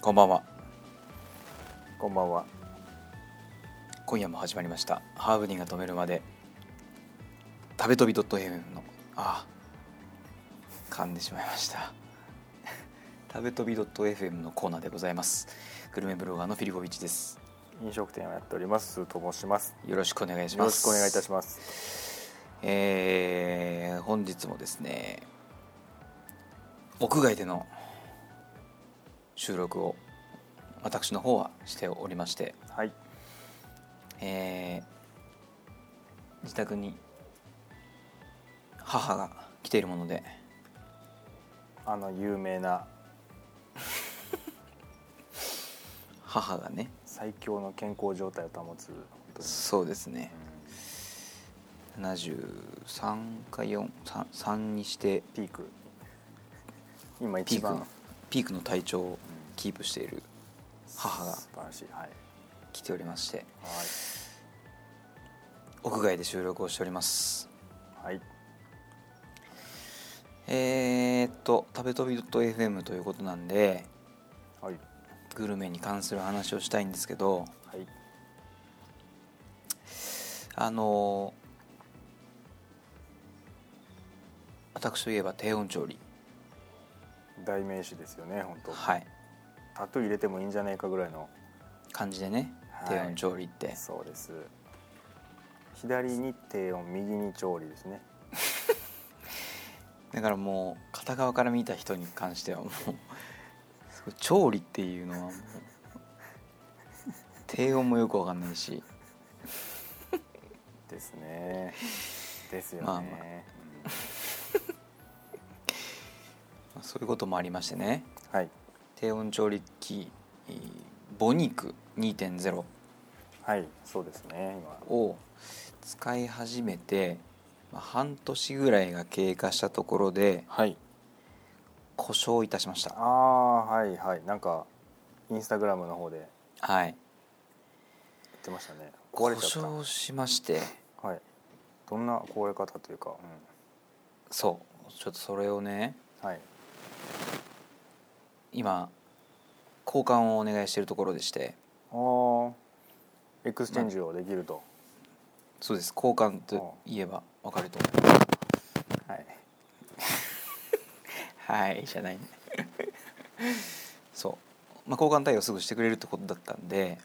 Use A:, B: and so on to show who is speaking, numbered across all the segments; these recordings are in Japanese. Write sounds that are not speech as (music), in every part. A: こんばんは
B: こんばんは。
A: 今夜も始まりましたハーブニーが止めるまで食べ飛び .fm のああ噛んでしまいました (laughs) 食べ飛び .fm のコーナーでございますグルメブロガーのフィリゴビッチです
B: 飲食店をやっております。と申します。
A: よろしくお願いし
B: よ
A: ま
B: ろ
A: す
B: しくお願いいたします。
A: えー本日もですね屋外での収録を私の方はしておりまして、
B: はい。
A: えー自宅に母が来ているもので
B: あの有名な
A: 母がね
B: 最強の健康状態を保つ。本当に
A: そうですね73か43にして
B: ピーク。今
A: ピ
B: 一
A: ーク
B: 番
A: のピークの体調をキープしている母が
B: 素晴らしい。はい。
A: 来ておりまして
B: は
A: 屋外で収録をしております
B: い。はい。
A: えー、っと食べ飛び .fm ということなんで
B: はい。
A: グルメに関する話をしたいんですけど
B: はい。
A: あのー私といえば低温調理
B: 代名詞ですよね。本当。
A: はい
B: タトゥー入れてもいいんじゃないかぐらいの。
A: 感じでね
B: はい
A: 低温調理って、
B: そうです。左に低温、右に調理ですね。
A: だからもう片側から見た人に関してはもうすごい調理っていうのはもう低温もよくわかんないし
B: ですね。ですよね。
A: まあまあまあそういうこともありましてね
B: うんはい。
A: 低温調理器えーボニーク2.0
B: はい。そうですね。今。
A: を使い始めてまあ半年ぐらいが経過したところで
B: はい。
A: 故障いたしました
B: ああはいはいなんかインスタグラムの方で言
A: はい
B: ってましたね壊
A: 故
B: れちゃっ
A: 障しまして
B: たはいどんな壊れ方というか、
A: そうちょっとそれをね
B: うん、はい
A: 今交換をお願いしているところでして
B: ああエクスチェンジをできると、
A: そうです交換といえばわかると思う
B: はい
A: はいじゃないね (laughs) そう、まあ、交換対応すぐしてくれるってことだったんで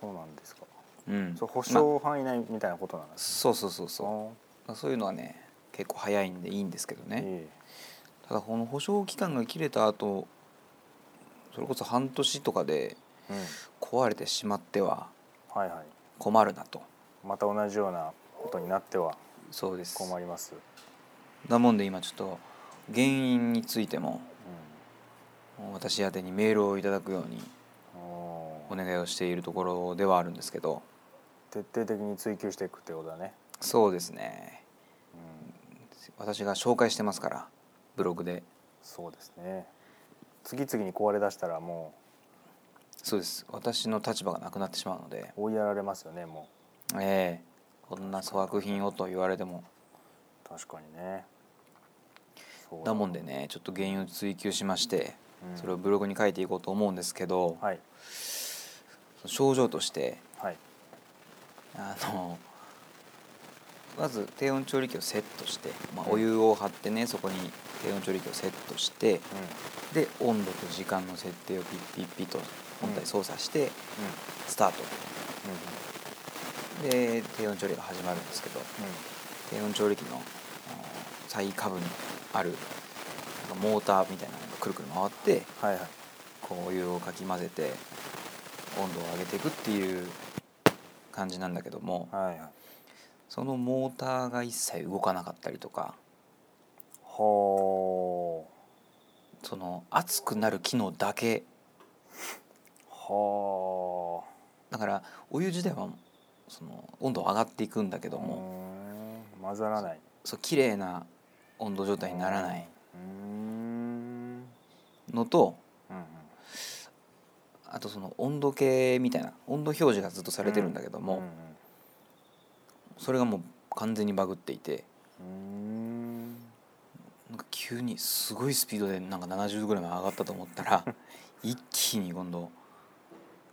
B: そうなんですか
A: うん
B: そう
A: ま
B: 保
A: あ
B: 証範囲内みたいなことなんです
A: そうそうそう
B: か、
A: そうまあそういうのはね結構早いんでいいんですけど
B: あー
A: ね
B: いい
A: ただこの保証期間が切れた後それこそ半年とかで
B: うん
A: 壊れてしまっては
B: はいはい
A: 困るなと
B: また同じようなことになっては
A: そうです
B: 困ります、
A: なもんで今ちょっと原因についても
B: う
A: 私宛てにメールをいただくように
B: ん、お
A: お
B: ー
A: 願いをしているところではあるんですけど
B: 徹底的に追求していくってことだね、
A: そうですね
B: うん、
A: 私が紹介してますからブログで
B: そうですね次々に壊れだしたらもう
A: そうです私の立場がなくなってしまうので
B: 追いやられますよねも
A: ええこんな粗悪品をと言われても
B: う確かにねそう
A: だもんでねちょっと原因を追求しまして、
B: うん
A: それをブログに書いていこうと思うんですけど、
B: はい
A: 症状として
B: はい
A: あのまず低温調理器をセットして、まあ、お湯を張ってねそこに低温調理器をセットして
B: うん
A: で温度と時間の設定をピッピッピッと本体操作して
B: うん
A: スタートで低温調理が始まるんですけど
B: うん
A: 低温調理器のあの最下部にあるなんかモーターみたいなのがくるくる回って
B: はいはい
A: こうお湯をかき混ぜて温度を上げていくっていう感じなんだけども
B: はいはい
A: そのモーターが一切動かなかったりとか
B: ほ
A: その熱くなる機能だけ
B: ーは
A: だからお湯自体はその温度上がっていくんだけ
B: ー
A: ども
B: うーん混ざらない
A: そう綺麗な温度状態にならないう
B: ーん
A: のと
B: うんうん
A: あとその温度計みたいな温度表示がずっとされてるんだけども、それがもう完全にバグっていて
B: うんうんうーん (laughs)
A: なんか急にすごいスピードでなんか70度ぐらいまで上がったと思ったら一気に今度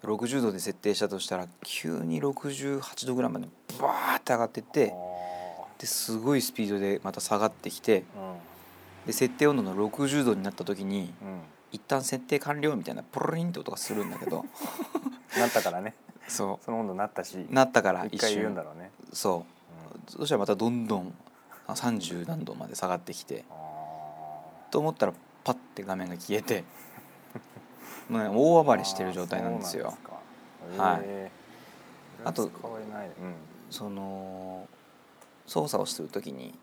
A: 60度で設定したとしたら急に68度ぐらいまでバーって上がってってですごいスピードでまた下がってきて
B: うん
A: で設定温度の60度になった時に
B: うん
A: 一旦設定完了みたいなポロリンって音がするんだけ
B: (laughs)
A: ど
B: なったからね
A: そ
B: その温度なったし
A: うなったから
B: 一
A: 一
B: 回言うん
A: 瞬
B: だろうね、
A: そ
B: うん
A: うそしたらまたどんどんあ30何度まで下がってきて
B: あ
A: と思ったらパッて画面が消えて (laughs) もうね大
B: ー
A: 暴れしてる状態なんですよ。
B: そうなんですか
A: はい
B: えー
A: あと
B: 使われないうん
A: その操作をするときに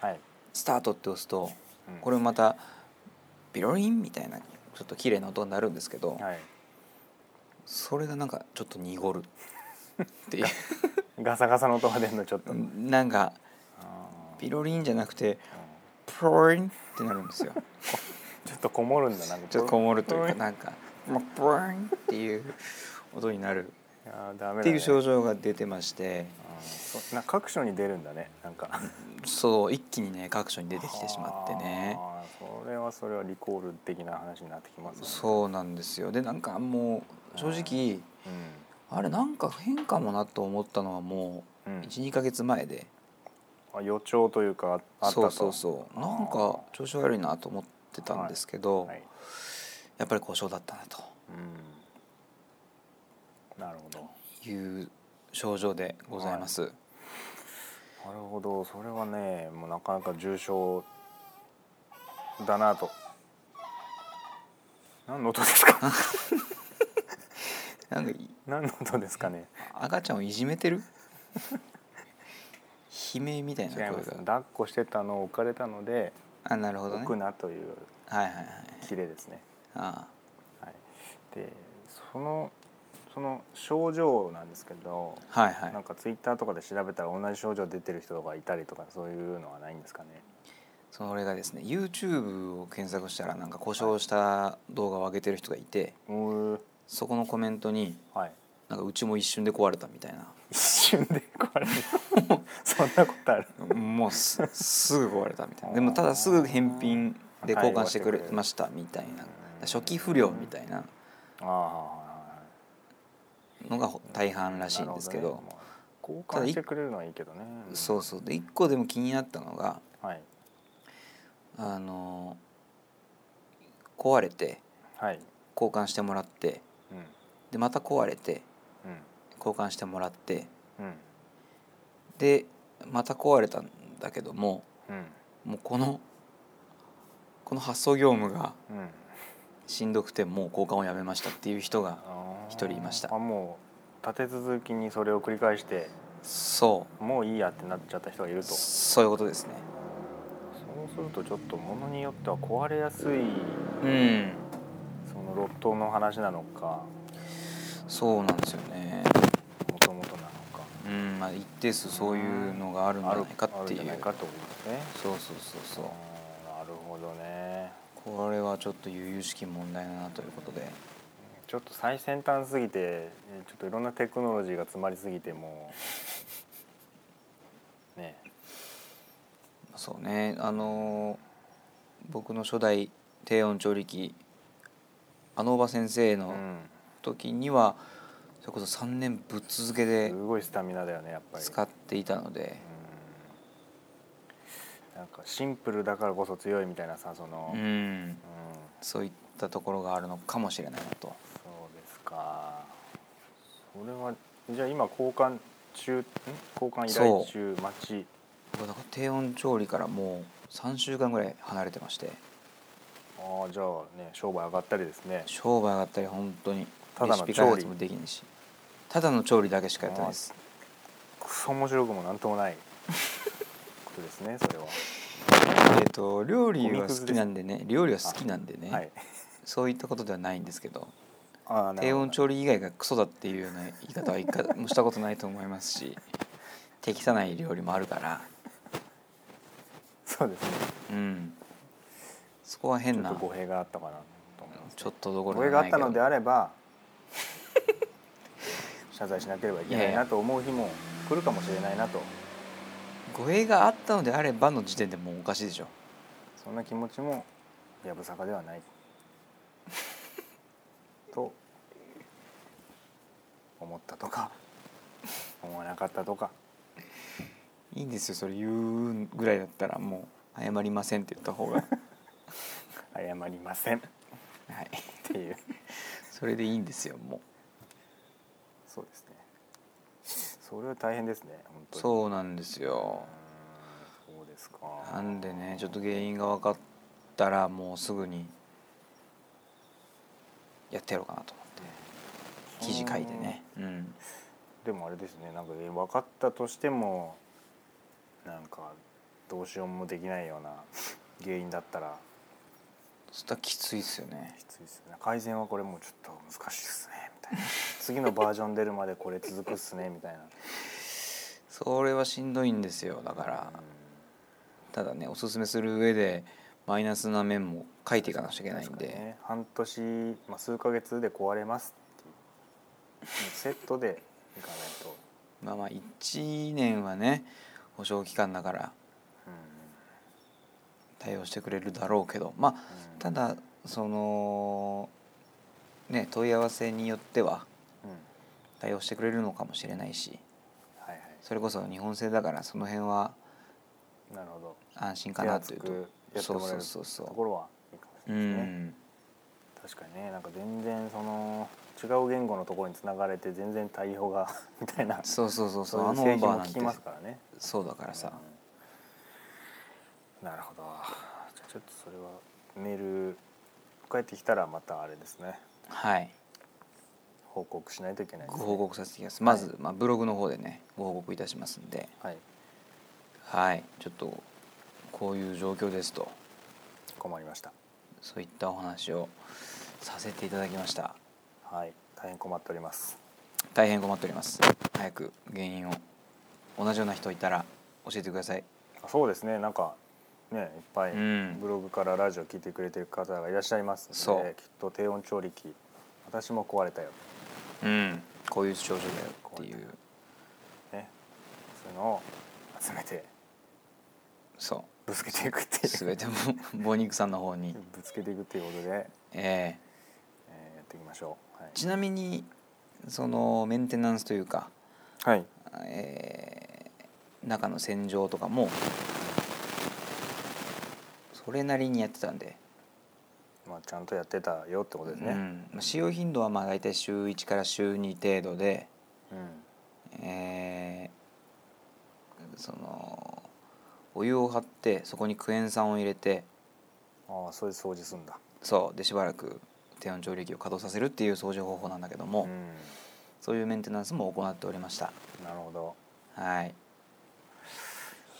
B: はい、
A: 「スタート」って押すと
B: うん
A: これもまたビロリンみたいなちょっと綺麗な音になるんですけど
B: はい、
A: それがなんかちょっと濁る (laughs) っていう
B: ガサガサの音が出るのちょっと、
A: なんか
B: あー
A: ビロリンじゃなくて
B: うん
A: プロリンってなるんですよ
B: ちょっとこもるんだなんか
A: ちょっとこもるという
B: う
A: かなんかまあプロリンっていう音になる
B: あーダメだ、ね、
A: っていう症状が出てまして
B: あーそうな各所に出るんだねなんか
A: そう一気にね各所に出てきてしまってね
B: あーそれはそれはリコール的な話になってきますね
A: そうなんですよでなんかもう正直
B: う
A: あれなんか変かもなと思ったのはも
B: ん、う、
A: うん12ヶ月前で、
B: あ予兆というかああった
A: そ
B: と
A: うそうそうなんか調子悪いなと思ってたんですけど、
B: はい
A: やっぱり故障だったな
B: うんなるほど
A: という症状でございます、
B: なるほどそれはねもうなかなか重症だなと何の音で
A: (laughs)
B: すか
A: なんかい
B: 何の音ですかね
A: 赤ちゃんをいじめてる (laughs) 悲鳴みたい
B: 違い
A: な
B: ま
A: 声
B: す
A: が
B: 抱っこしてたのを置かれたので
A: あなるほどね
B: 置くなという
A: はいはいはい
B: キレですね
A: あ
B: はい、でそのその症状なんですけど、
A: あはいは
B: なん
A: い
B: かツイッターとかで調べたら同じ症状出てる人とかいたりとかそういうのはないんですかね。
A: それがですね YouTube を検索したらなんか故障した動画を上げてる人がいて
B: うー
A: そこのコメントに
B: はい。
A: なんかうちも一瞬で壊れたみたいな
B: 一瞬で壊
A: (laughs)
B: れる。そんなことある。
A: もうすすぐ壊れたみ
B: (laughs)
A: たいなでもただすぐ返品で交換してくれましたみたいな初期不良みたいな
B: ああ
A: のがほ大半
B: ー。
A: らしいんですけど
B: なるほねまあ交換してくれるのはいいけどね。
A: そうそうで1個でも気になったのが
B: うん。はい
A: あの壊れて
B: はい。
A: 交換してもらって
B: うん
A: でまた壊れて
B: う
A: 交換してもらって
B: んうん
A: でまた壊れたんだけども
B: う
A: もうこのこの発送業務が
B: んうん。
A: しんどくてもう交換をやめましたっていう人が
B: あー
A: 一人いました
B: あもう立て続きにそれを繰り返して
A: そ
B: もういいやってなっちゃった人がいる
A: う
B: と。
A: そういうことですね。
B: そうするとちょっとものによっては壊れやすい
A: うん、
B: そのロットの話なのか
A: そうなんですよね。
B: もともとなのか
A: うん、まあ一定数そういうのがあるんじゃないか
B: あ
A: っ
B: る
A: て
B: ん
A: い
B: じ
A: う。
B: ゃないかってことですね
A: そうそうそうそう。
B: うんなるほどね
A: これはちょっと悠々しき問題だなということで、
B: ちょっと最先端すぎてえーちょっといろんなテクノロジーが詰まりすぎてもうね
A: そうね。あのー僕の初代低温調理器あのおば先生
B: う
A: の
B: ん
A: 時には、それこそ三年ぶっ続けです
B: ごいスタミナだよねやっぱり
A: 使っていたので、
B: うんなんかシンプルだからこそ強いみたいなさその、
A: う
B: うん
A: ん、そういったところがあるのかもしれないなと。
B: そうですか。それはじゃあ今交換中ん交換依頼中待ち。
A: 僕なんか低温調理からもう3週間ぐらい離れてまして
B: ああじゃあね商売上がったりですね。
A: 商売上がったり本当に
B: ただの
A: レシピ開
B: 調
A: 発
B: 理
A: もできんしただの調理だけしかやってないです
B: クソ面白くもなんと
A: (laughs)
B: もないことですねそれは。
A: えっと料理
B: ゴミ
A: は
B: くず
A: 好きなんでね料理は好きなんでね、
B: はい。
A: そういったことではないんですけど
B: ああ
A: 低温
B: 理
A: 調理以外がクソだっていうような言い方は一回もしたことないと思いますし適さない料理もあるから
B: そうですね。
A: うんそこは
B: ちょ
A: 変
B: っ
A: な
B: と語弊があったかなと思います。
A: ちょっとどこ
B: 語
A: ろじ
B: 弊
A: ゃ
B: があ
A: ない
B: っ
A: け
B: た
A: ど
B: のであれば
A: (laughs)
B: 謝罪しなければいけ
A: い
B: な
A: や
B: い
A: いや
B: なと思う日も来るかもしれないなと
A: 語弊があったのであればの時点でもうおかしいでしょ (laughs)
B: そんな気持ちもやぶさかではない。と思ったとか思わなかったとか
A: いいんですよそれ言うぐらいだったらもう謝りませんって言った (laughs) 方が
B: 謝りませんっ
A: はい
B: て
A: (laughs)
B: いう
A: それでいいんですよも
B: そうですねそれは大変ですね本
A: う
B: 当にう
A: そうなんですよ
B: ーんそうですか
A: なんでねちょっと原因が分かったらもうすぐにやってやろうかなと思って記事書いてねうん
B: でもあれですねなんかえ分かったとしてもなんかどうしようもできないような原因だったら
A: そしたらきついですよね
B: きついですね改善はこれもうちょっと難しいですねみたいな次のバージョン出るまでこれ続くっすねみたいな
A: それはしんどいんですよだからただねおすすめする上でマイナスな面も書いていかなくちゃいけないん
B: 確か
A: で、
B: にね、半年、まあ、数ヶ月で壊れますっていうセットでいかないと、
A: まあまあ1年はね保証期間だから
B: うん
A: 対応してくれるだろうけどまあ
B: うん
A: ただそのね問い合わせによっては
B: うん
A: 対応してくれるのかもしれないし
B: はいは
A: それこそ日本製だからその辺はい
B: なるほど
A: 安心かなという
B: 手厚く
A: と
B: やって
A: そう
B: もらえ
A: そう
B: る
A: そう
B: と
A: そ
B: ころはいいかもし
A: うう
B: れないですね、
A: ん
B: 確かにねなんか全然その違う言語のところに繋がれて全然対応が (laughs) みたいな
A: そうそうそうそう
B: い
A: あのオ
B: 製
A: ー
B: 品
A: バー
B: も
A: な
B: 聞きま
A: ん
B: す
A: て
B: からね
A: そうだからさ
B: うんなるほどじゃあちょっとそれはメール帰ってきたらまたあれですね
A: はい
B: 報告しないといけないです
A: ご
B: ね
A: 報告させていただきますまずまあブログの方でねご報告いたしますんで
B: はい
A: はいちょっとこういう状況ですと
B: 困りました
A: そういったお話をさせていただきました
B: はい大変困っております
A: 大変困っております早く原因を同じような人いたら教えてください
B: あそうですねなんかねいっぱい
A: うん
B: ブログからラジオ聞いてくれてる方がいらっしゃいますので、
A: そう
B: きっと低温調理器私も壊れたよ
A: うんこういう症状だよっていう
B: ねそういうのを集めて
A: そ
B: ぶつけていくっ
A: う
B: てい
A: 全
B: う
A: ても (laughs) ボニークさんの方に、
B: ぶつけていくっていうことで、
A: え
B: えーやっていきましょう
A: ーちなみにそのメンテナンスというか、
B: はい、はい、
A: えー中の洗浄とかもそれなりにやってたんで
B: まあちゃんとやってたよってことです
A: う
B: ね
A: んまあ使用頻度はまあ大体週1から週2程度で、
B: うん、
A: えーそのお湯を張ってそこにクエン酸を入れて
B: ああそれで掃除すんだ
A: そうでしばらく低温調理器を稼働させるっていう掃除方法なんだけども、
B: うん
A: そういうメンテナンスも行っておりました
B: なるほど
A: はい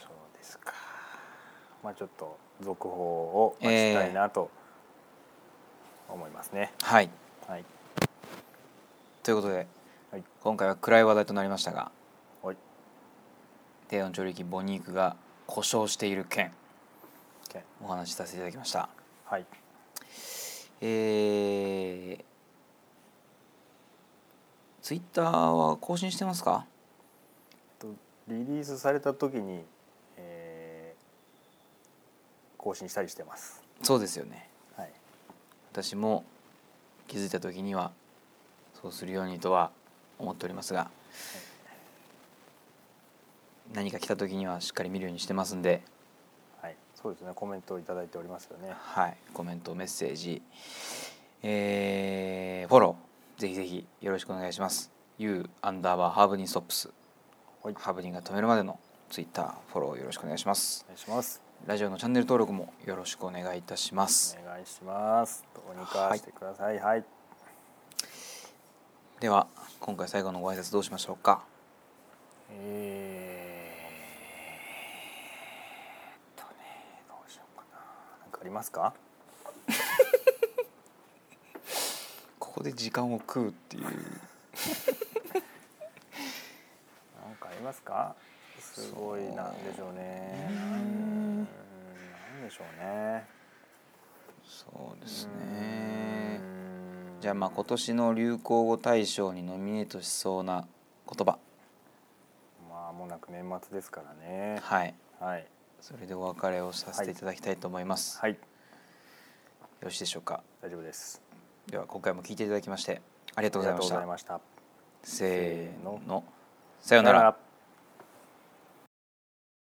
B: そうですかまあちょっと続報を待ちたいなと思いますね、
A: はい
B: はい
A: ということで
B: はい
A: 今回は暗い話題となりましたが
B: はい
A: 低温調理器ボニークが故障している件
B: OK
A: お話しさせていただきました
B: はい
A: えー、ツイッターは更新してますか
B: とリリースされた時に、えー更新したりしてます
A: そうですよね
B: はい
A: 私も気づいた時にはそうするようにとは思っておりますが何か来た時にはしっかり見るようにしてますんで、
B: はいそうですねコメントをいただいておりますよね
A: はい、コメントメッセージ、えーフォローぜひぜひよろしくお願いします。U アンダーバーハーブニーストップス、
B: はい
A: ハーブニーが止めるまでのツイッターフォローよろしくお願いします
B: お。願いします
A: ラジオのチャンネル登録もよろしくお願いいたします。
B: お願いしますどうにかしてくださいはい、
A: では今回最後のご挨拶どうしましょうか。
B: えーっとねどうしようかななんかありますか
A: ここで時間を食うっていう
B: なんかありますかすごい
A: そう
B: なんでしょうね
A: ん
B: なんなんでしょうね
A: そうです
B: う
A: ね。
B: ーん
A: じゃあまあ今年の流行語大賞にノミネートしそうな言葉
B: まあもうなく年末ですからね
A: はい
B: はい
A: それでお別れをさせていただきたいと思います、
B: はい
A: よろしいでしょうか
B: 大丈夫です
A: では今回も聞いていただきましてありが
B: あ
A: とうございました
B: ました
A: せー
B: せー
A: のさようなら。